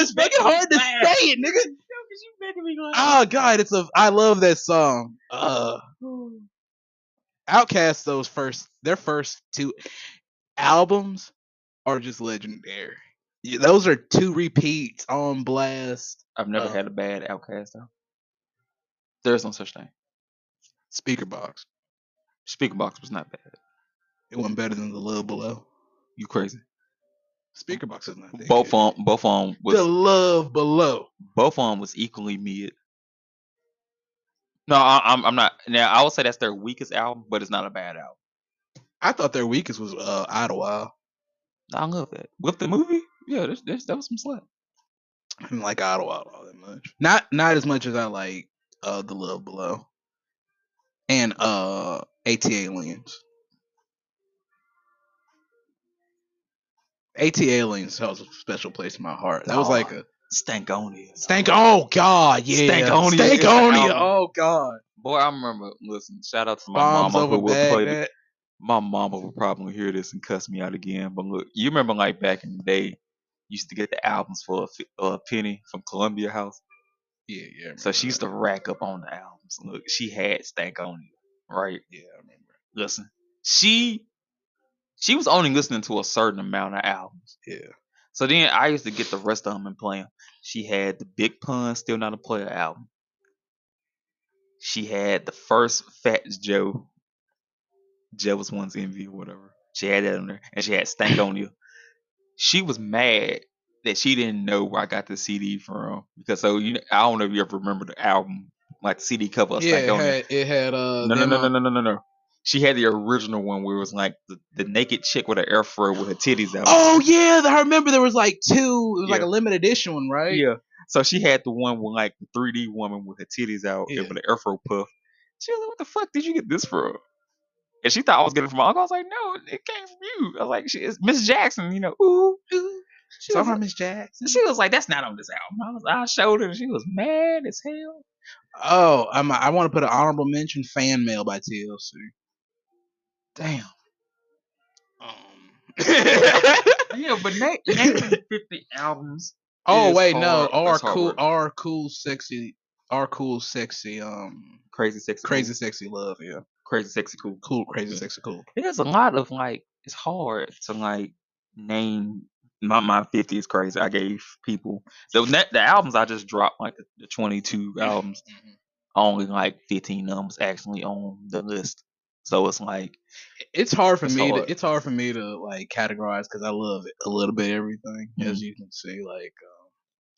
A: it's fucking hard to say it, nigga. Oh god, it's a. I love that song. Uh, Outcast. Those first, their first two albums are just legendary. Yeah, those are two repeats on blast.
B: I've never
A: Oh.
B: had a bad outcast though. There's no such thing.
A: Speaker box.
B: Speaker box was not bad.
A: It wasn't better than the love below.
B: You crazy.
A: Speaker box is not that
B: Both
A: good.
B: of 'em- both of 'em was
A: the love below.
B: both of them was equally mid. No, I, I'm I'm not. Now I would say that's their weakest album, but it's not a bad album.
A: I thought their weakest was uh, Idlewild.
B: I love that with the movie. Yeah, there's, there's, that was some slap.
A: I didn't like Idlewild all that much. Not not as much as I like uh, the love below and uh, ATA aliens. ATA aliens held a special place in my heart. That was like a
B: Stankonia.
A: stank. Oh god, yeah,
B: Stankonia is the
A: Stankonia.
B: album.
A: Oh god,
B: Boy, I remember. Listen, shout out to my
A: bombs
B: mama
A: over
B: who will play.
A: Baghdad.
B: my mama will probably hear this and cuss me out again. But look, you remember like back in the day, you used to get the albums for a, fi- a penny from Columbia House.
A: Yeah, yeah. I remember
B: So she used
A: that.
B: to rack up on the albums. Look, she had Stankonia, right?
A: Yeah, I remember.
B: Listen, she she was only listening to a certain amount of albums.
A: Yeah.
B: So then I used to get the rest of them and play them. She had the Big Pun, Still Not a Player album. She had the first Fat Joe. Joe was one's envy or whatever. She had that on there, and she had Stankonia. she was mad that she didn't know where I got the CD from because so you know, I don't know if you ever remember the album like CD cover of
A: yeah, it
B: Stankonia.
A: had, it had uh.
B: No, no,
A: them
B: no,
A: on-
B: no, no, no, no, no. She had the original one where it was like the, the naked chick with her air fro with her titties out.
A: Oh yeah, I remember there was like two. It was like
B: Yeah.
A: a limited edition one, right?
B: yeah. So she had the one with like the 3D woman with her titties out
A: Yeah.
B: and with an air fro puff. She was like, "What the fuck did you get this from?" And she thought I was getting it from my uncle. I was like, "No, it came from you." I was like, "She it's Miss Jackson, you know." Ooh, ooh. She was,
A: Somehow
B: like,
A: Miss Jackson.
B: she was like, "That's not on this album." I was, I showed her, and she was mad as hell.
A: Oh, I'm, I want to put an honorable mention: Fan Mail by TLC.
B: Damn.
A: Um.
B: Yeah, but Nate, Nate 50 albums.
A: oh
B: It's
A: wait, no.
B: hard.
A: R
B: It's hard
A: cool,
B: work.
A: R cool, sexy, R cool, sexy. Um,
B: Crazy sexy, Cool.
A: crazy, sexy love. Yeah,
B: crazy sexy, cool.
A: cool, crazy, sexy, cool.
B: there's a lot of like it's hard to like name my my 50 is crazy i gave people the net the albums i just dropped like the, the 22 albums
A: Mm-hmm.
B: only like 15 numbers actually on the list so it's like
A: It's hard for
B: It's
A: me
B: hard.
A: to. It's hard for me to like categorize because I love it, a little bit everything,
B: Mm-hmm.
A: as you can see. Like, um,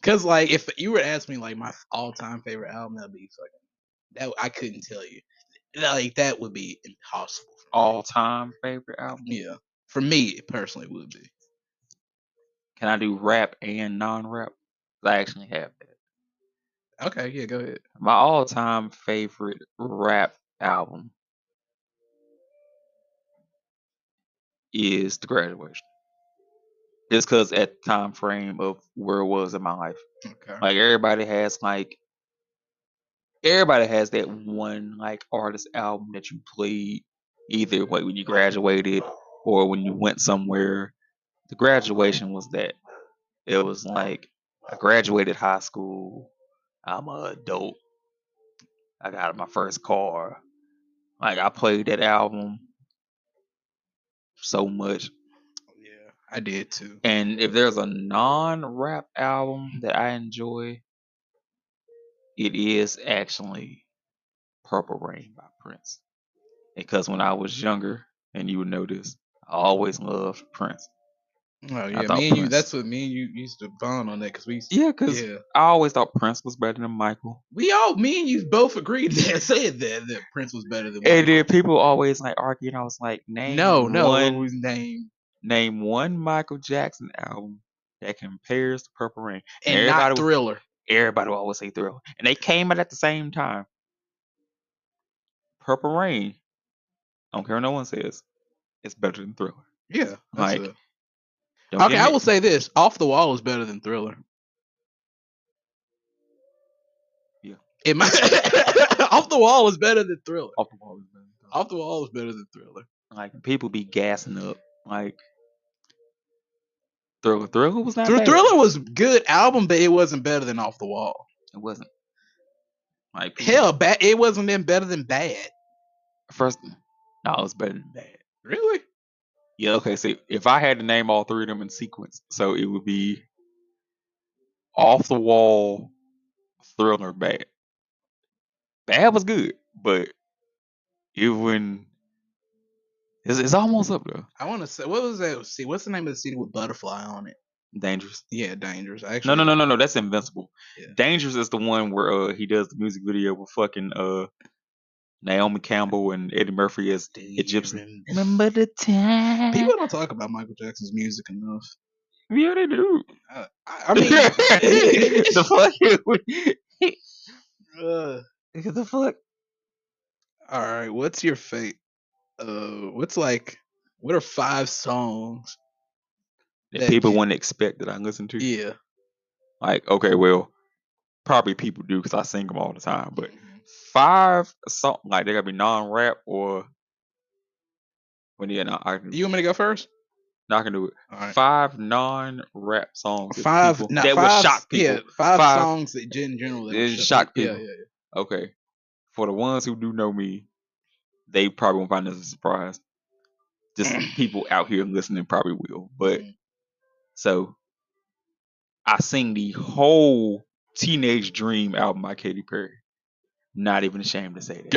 A: cause like if you were to ask me like my all time favorite album, that'd be fucking. That I couldn't tell you. Like that would be impossible. for me.
B: all-time favorite album
A: Yeah. For me, it personally would be.
B: can i do rap and non-rap i actually have that
A: Okay, yeah, go ahead.
B: my all-time favorite rap album is the graduation just because at the time frame of where it was in my life
A: Okay.
B: Like everybody has like everybody has that one like artist album that you played either like when you graduated or when you went somewhere. The graduation was that. It was like I graduated high school. I'm a adult. I got my first car. Like I played that album so much
A: yeah, I did too.
B: and if there's a non-rap album that I enjoy, it is actually Purple Rain by Prince. Because when I was younger, and you would know this, I always loved Prince.
A: Oh yeah, me and
B: thought
A: you.
B: Prince-
A: That's what me and you used to bond on that because we. Used
B: Yeah,
A: to,
B: because
A: yeah.
B: I always thought Prince was better than Michael.
A: We all, me and you, both agreed that said that that Prince was better than.
B: And then people always like argue, and I was like,
A: Michael.
B: name
A: no, no,
B: one,
A: his name
B: name one Michael Jackson album that compares to Purple Rain.
A: and
B: Everybody
A: not
B: was-
A: Thriller.
B: Everybody will always say Thrill, and they came out at the same time. Purple Rain. I don't care what no one says. It's better than Thriller.
A: Yeah.
B: Like,
A: that's
B: Don't
A: a-
B: get
A: okay, I
B: me-
A: will say this: Off the Wall is better than Thriller.
B: Yeah.
A: In my Off the Wall is better than Thriller.
B: off the wall is better than Thriller.
A: Off the Wall is better than Thriller.
B: Like people be gassing up. Like Thriller, Thriller was not
A: Thr-
B: bad.
A: Thriller was good album, but it wasn't better than Off the Wall.
B: It wasn't. Like people-
A: Hell, ba- it wasn't then better than Bad.
B: first, no, it was better than that.
A: Really?
B: Yeah, okay. See, if I had to name all three of them in sequence, so it would be off the wall, thriller, bad. Bad was good, but even it's, it's almost up there.
A: I want to say what was that? See, what's the name of the CD with Butterfly on it?
B: Dangerous.
A: Yeah, Dangerous. I
B: No,
A: Actually,
B: no, no, no, no. That's invincible.
A: Yeah.
B: Dangerous is the one where uh he does the music video with fucking uh Naomi Campbell and Eddie Murphy as Egyptian. Remember the time?
A: People don't talk about Michael Jackson's music enough.
B: yeah, they do.
A: Uh, I, I mean,
B: the fuck.
A: uh,
B: What the fuck?
A: all right. What's your fate? Uh, what's like? What are five songs?
B: that,
A: that-
B: people wouldn't expect that I listen to.
A: Yeah,
B: Like, okay, well, probably people do because I sing them all the time. But five song like they gotta be non-rap or when yeah, no, I can,
A: you want me to go first?
B: no, I can do it.
A: All right.
B: Five non-rap songs. that
A: Five,
B: people-
A: not
B: that
A: five
B: would shock people.
A: Yeah, five,
B: Five-
A: songs that gen- generally
B: It
A: would
B: shock
A: Yeah,
B: people.
A: yeah,
B: Okay, for the ones who do know me, they probably won't find this a surprise. Just people out here listening probably will, but
A: Mhm.
B: so I sing the whole Teenage Dream album by Katy Perry. Not even ashamed to say that.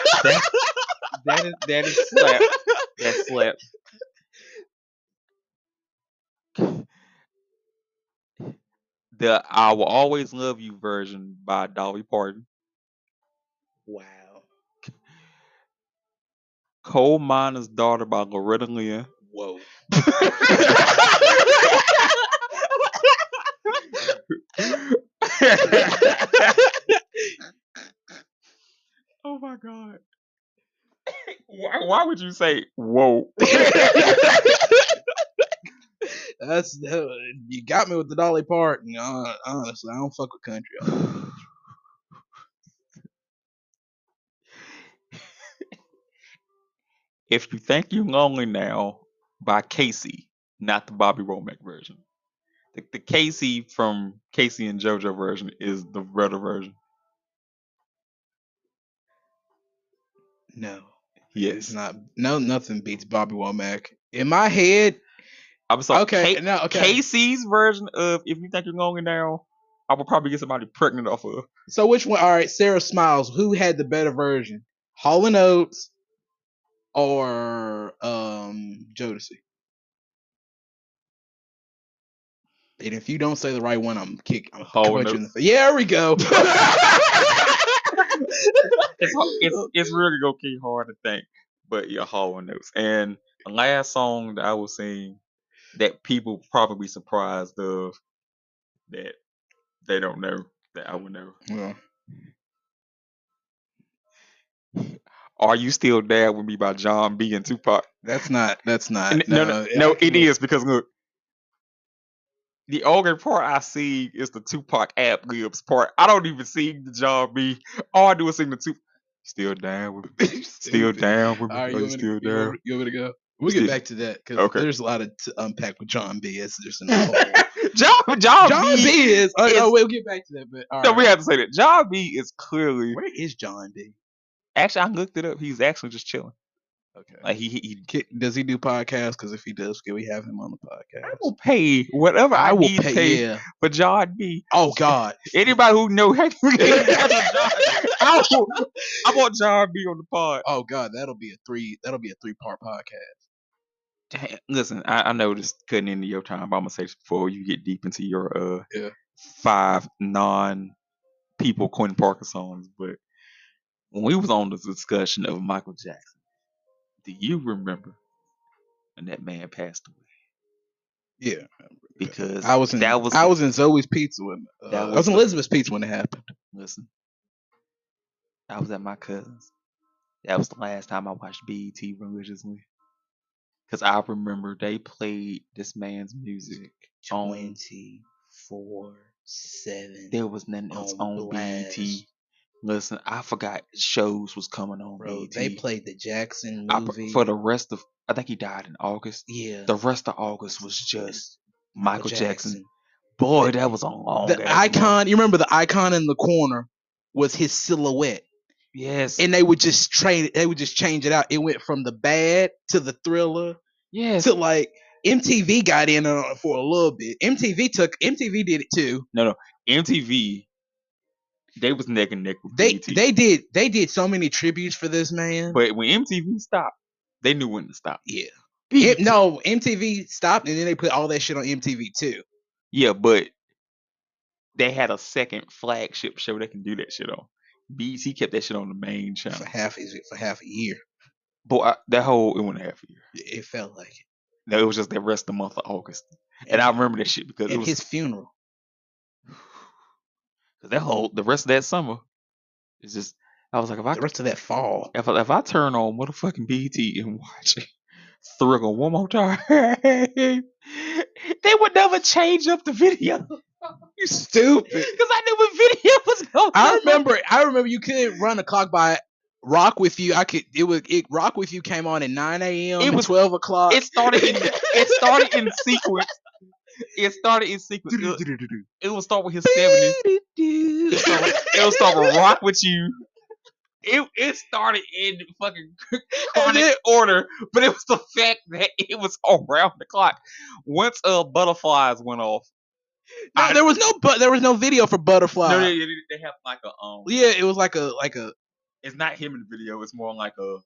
A: yeah.
B: That is that is slap. That slap. The I Will Always Love You version by Dolly Parton.
A: wow.
B: Coal Miner's Daughter by Loretta Lynn.
A: Whoa.
B: oh my god. Why, why would you say whoa?
A: That's that- you got me with the Dolly Parton. Uh, honestly, I don't fuck with country.
B: if you think you're lonely now by Casey, not the Bobby Womack version. The, the Casey from Casey and JoJo version is the better version.
A: No, it's
B: Yes,
A: not. No, nothing beats Bobby Womack in my head.
B: I'm sorry.
A: okay,
B: Ca-
A: no, okay.
B: Casey's version of "If You Think You're Lonely Now," I would probably get somebody pregnant off of.
A: So which one? All right, Sarah Smiles. Who had the better version, Hall and Oates or um Jodeci? And if you don't say the right one, I'm kick. I'm
B: Hall
A: punch you
B: and
A: in the face. Yeah, there we go.
B: It's it's, it's really gonna keep hard to think, but you're hauling notes. And the last song that I was sing that people probably surprised of that they don't know that I would know.
A: Yeah.
B: Are you still there with me by John B and Tupac?
A: That's not. That's not. uh,
B: N- Uh, no, no, no,
A: I
B: it
A: can't-
B: is because look, the only part I see is the Tupac app libs part. I don't even see the John B. All I do is sing the Tupac. Still down with me. Still
A: Stupid.
B: down with me.
A: All right, you
B: Are
A: want,
B: you
A: me to,
B: still
A: you, want
B: down?
A: me, you want me to go? We'll get
B: Still-
A: back to that because
B: Okay.
A: there's a lot of to unpack with John B. It's just an whole-
B: John, John,
A: John
B: B.
A: B. is. Oh, no,
B: is-
A: we'll get back to that. But all
B: No,
A: right.
B: we have to say that. John B is clearly.
A: where is John B?
B: Actually, I looked it up. He's actually just chilling.
A: Okay.
B: Like he, he, he
A: Ki- Does he do podcasts? Because if he does, can we have him on the
B: I
A: podcast?
B: will pay whatever I, will pay,
A: Yeah.
B: for John B.
A: Oh God.
B: Anybody who know how to John, I, will- I want John B on the pod.
A: Oh God. That'll be a three. That'll be a three part podcast.
B: Damn, listen, I, I know this cutting into your time, but I'm gonna say this before you get deep into your uh
A: Yeah.
B: five non people Quentin Parker songs, but when we was on the discussion of Michael Jackson, do you remember when that man passed away?
A: Yeah,
B: because
A: I was in.
B: that was
A: I was in Zoe's Pizza when uh,
B: That
A: I
B: was
A: was in Elizabeth's Pizza when it happened.
B: listen. I was at my cousin's. That was the last time I watched BET religiously. Cause I remember they played this man's music. On-
C: four seven.
B: There was nothing else on
A: E
B: BET. Listen, I forgot shows was coming on
C: Bro,
B: BET.
C: they played the Jackson
B: E I pr-
C: movie.
B: for the rest of I think he died in August.
C: yeah,
B: The rest of August was just Michael Jackson.
C: Jackson.
B: Boy, that was a long. ass
A: the
B: month.
A: icon, you remember the icon in the corner was his silhouette,
B: Yes.
A: and they would just train. They would just change it out. It went from the bad to the thriller
B: yes.
A: to like MTV got in on it for a little bit. MTV took MTV did it too.
B: MTV. They was neck and neck with E
A: They
B: BET.
A: they did they did so many tributes for this man.
B: But when MTV stopped, they knew when to stop.
A: yeah, It-
B: BET.
A: no MTV stopped, and then they put all that shit on MTV too.
B: Yeah, but they had a second flagship show they can do that shit on. BET kept that shit on the main channel.
A: for half is for half a year.
B: Boy, I, that whole it went a half a year.
A: It felt like it.
B: No, it was just the rest of the month of August, and I remember that shit because it
A: At
B: was
A: his funeral,
B: Cause that whole the rest of that summer is just I was like if I
A: the rest of that fall.
B: if I, if I turn on motherfucking BT and watch Thriller one more time, they would never change up the video because
A: You stupid.
B: I knew what video was going.
A: I
B: on.
A: remember. I remember you couldn't run a clock by rock with you. I could. It was it rock with you came on at nine a.m.
B: It
A: It
B: was-
A: was twelve o'clock.
B: it started in it started in sequence. It started in sequence. It, it will start with his seventies. It'll start with- it'll start with rock with you. It it started in fucking
A: And
B: chronic
A: then-
B: order, but it was the fact that it was around the clock. Once uh butterflies went off,
A: No, there was no but there was no video for butterfly.
B: no, they, they they have like a um.
A: yeah, it was like a like a
B: It's not him in the video. It's more like a.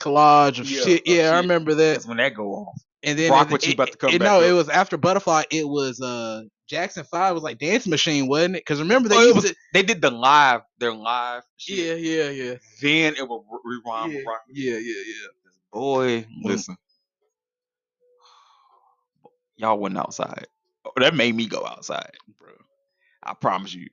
A: collage of
B: Yeah,
A: shit.
B: of
A: Yeah, I
B: shit.
A: remember that.
B: It's when that go off.
A: And then
B: Rock
A: it,
B: with you
A: it-
B: about to come
A: it-
B: back
A: No,
B: up.
A: it was after butterfly. It was uh Jackson Five was like Dance Machine, wasn't it? Because remember they
B: Oh, it
A: used
B: was-
A: it.
B: They did the live, their live. Shit.
A: Yeah, yeah, yeah,
B: Then it would re- rewind.
A: yeah,
B: with Rock Mm.
A: yeah, yeah, yeah.
B: Boy, listen. Y'all wasn't outside. Oh, That made me go outside, bro. I promise you.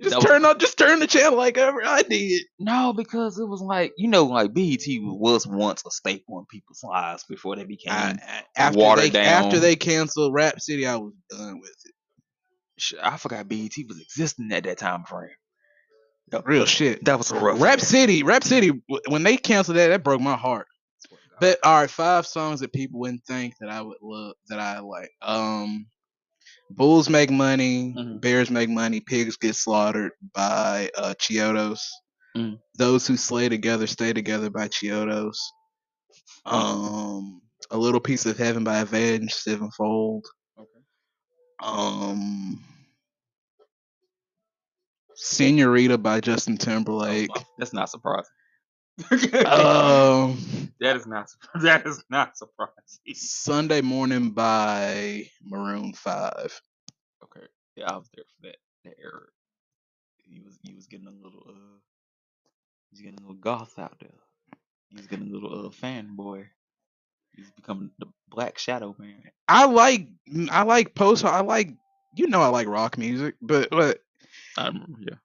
A: Just
B: That was-
A: turn on, just turn the channel like ever I did.
B: No, because it was like you know, like BET was once a staple in people's lives before they became.
A: I, I- after
B: watered
A: they after
B: down.
A: they canceled Rap City, I was done with it.
B: Sh- I forgot BET was existing at that time frame.
A: Real shit.
B: That was a rough.
A: Rap City, Rap City. w- When they canceled that, that broke my heart. But all right, five songs that people wouldn't think that I would love that I like. Um, Bulls make money,
B: Mhm.
A: Bears make money, Pigs get slaughtered by uh, Chiodos.
B: Mm.
A: Those who slay together stay together by Chiodos. Um, a little piece of heaven by Avenged Sevenfold.
B: Okay.
A: Um, Senorita by Justin
B: Oh,
A: Timberlake.
B: wow. that's not Uh, surprising.
A: Um,
B: that is not. surpri- That is not surprising.
A: Sunday Morning by Maroon Five.
B: Okay. Yeah, I was there for that that era. He was he was getting a little uh he's getting a little goth out there. He's getting a little uh fanboy. He's becoming the black shadow man.
A: I like mm, I like post I like you know I like rock music, but but
B: I remember, yeah.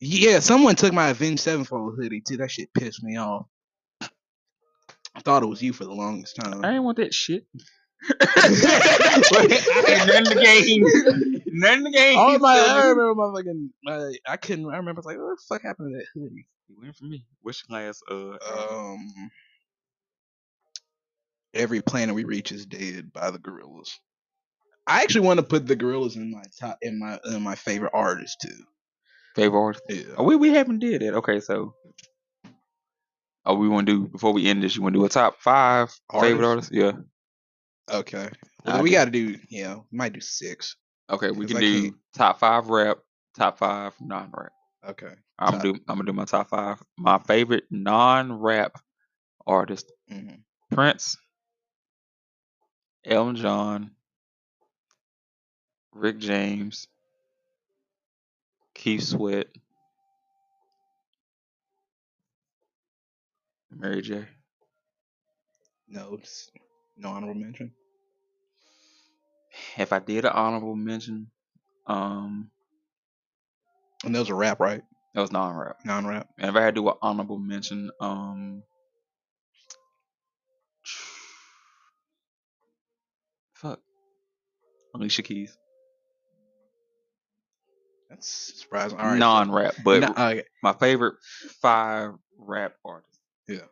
A: yeah, someone took my Avenged Sevenfold hoodie too. That shit pissed me off. I thought it was you for the longest time.
B: I ain't want that shit. none the game. None the game.
A: All my I
B: It
A: remember my fucking my, I couldn't I remember it's like what the fuck happened to that hoodie?
B: went for me. Which class uh, uh
A: Um, every planet we reach is dead by the gorillas. I actually want to put the gorillas in my top in my in my favorite artist too.
B: favorite artist?
A: Yeah.
B: Oh, we we haven't did it. Okay, so Oh, we want to do before we end this. You want to do a top five favorite artists?
A: Artists?
B: Yeah.
A: Okay.
B: I
A: Well, we
B: do.
A: got to do yeah. We might do six.
B: Okay, we
A: 'Cause
B: can
A: I
B: do
A: can't-
B: top five rap, top five non rap.
A: Okay.
B: I'm
A: Top-
B: do I'm gonna do my top five. My favorite non rap artist:
A: hmm
B: Prince, Elton John, Rick James, Keith Sweat, Mary J.
A: No, it's no honorable mention.
B: if I did an honorable mention, um,
A: And that was a rap, right?
B: that was non-rap.
A: Non-rap.
B: And if I had to do an honorable mention, um, fuck, Alicia Keys,
A: That's surprising. All right.
B: non-rap, but
A: Nah, uh, okay.
B: my favorite five rap artists.
A: Yeah.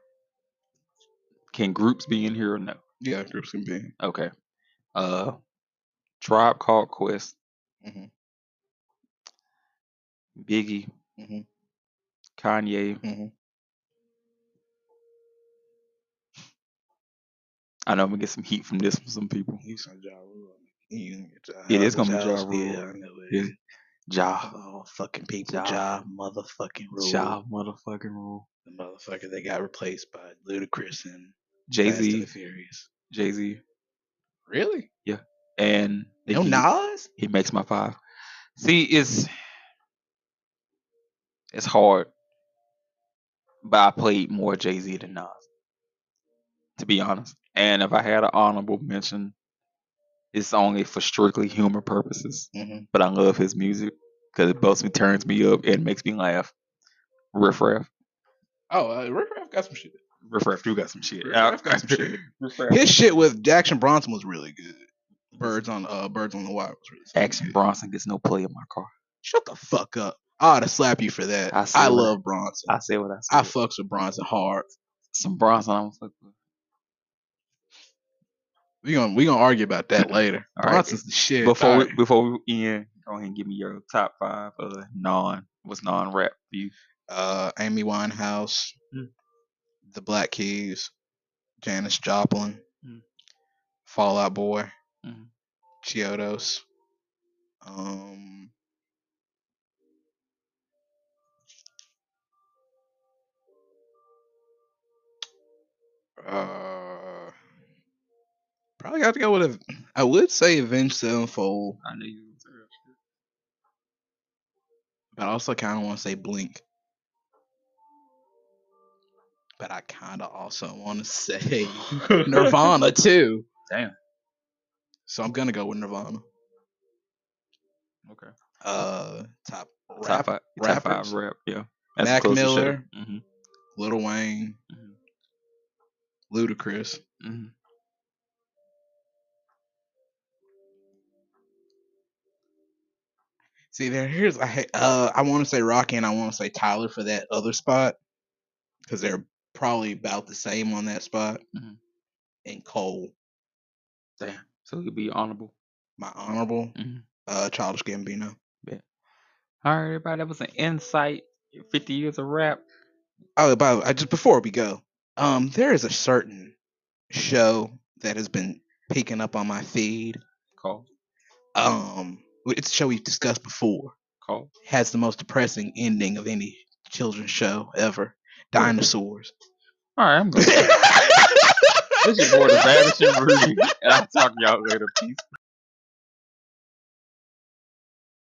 B: Can groups be in here or no?
A: yeah, groups can be.
B: Okay. Uh, Tribe Called Quest.
A: Mhm.
B: Biggie.
A: Mhm.
B: Kanye.
A: Mhm.
B: I know I'm gonna get some heat from this from some people.
A: You some Ja Rule. You gonna get Ja-
B: Yeah, it's gonna be
A: Ja
B: Ja Rule.
A: Yeah, I know it.
B: Yeah. Ja.
A: Oh, fucking people.
B: Ja.
A: Ja, motherfucking Rule.
B: Ja motherfucking rule.
A: The motherfucker that got replaced by Ludacris and
B: Jay
A: Fast and
B: Z.
A: the Furious.
B: Jay Z.
A: Really?
B: And
A: No
B: Nicki.
A: Nas?
B: He makes my five. See, it's it's hard, but I played more Jay Z than Nas, to be honest. And if I had an honorable mention, it's only for strictly humor purposes.
A: Mm-hmm.
B: But I love his music because it both turns me up and makes me laugh. Riff raff,
A: Oh, uh, Riff Raff got some shit.
B: riff raff, you got some shit.
A: Riff Raff got some shit.
B: Riff Raff.
A: His shit with Jackson Bronson was really good. Birds on uh, Birds on the Wire was really fucking
B: Action
A: good.
B: Bronson gets no play in my car.
A: Shut the fuck up. I ought to slap you for that.
B: I
A: I,
B: see what-
A: love Bronson.
B: I say what I say.
A: I fucks with Bronson hard.
B: some Bronson. I'm fuck with.
A: We gonna we gonna argue about that later.
B: All right.
A: Bronson's the shit.
B: before
A: All
B: we, before we end, go ahead and give me your top five uh non what's non rap for you.
A: uh, Amy Winehouse,
B: Mm.
A: The Black Keys, Janis Joplin,
B: Mm.
A: Fall Out Boy,
B: Mhm.
A: Chiodos, um, uh, probably got to go with a. I would say Avenged Sevenfold,
B: I knew you was there.
A: but I also kind of want to say Blink. But I kind of also want to say Nirvana too.
B: Damn.
A: So I'm gonna go with Nirvana.
B: Okay.
A: Uh, top rap,
B: top five. Top five
A: rappers.
B: rap. Yeah.
A: Mac
B: close to shit.
A: Miller.
B: Mhm,
A: Little Wayne,
B: mhm,
A: Ludacris,
B: mhm.
A: See there, here's I ha- uh I want to say Rocky and I want to say Tyler for that other spot because they're probably about the same on that spot.
B: Mhm.
A: And Cole,
B: Damn. So it'd be honorable.
A: my honorable,
B: Mhm.
A: uh, Childish Gambino.
B: All right, everybody. That was an insight. Fifty years of rap.
A: Oh, by the way, I just before we go, um, there is a certain show that has been picking up on my feed.
B: Call.
A: Um, it's a show we've discussed before.
B: Call.
A: has the most depressing ending of any children's show ever. Dinosaurs.
B: All right. I'm going.
A: this
B: this is more the Madison Ruby, and I'll talk to y'all later. Peace.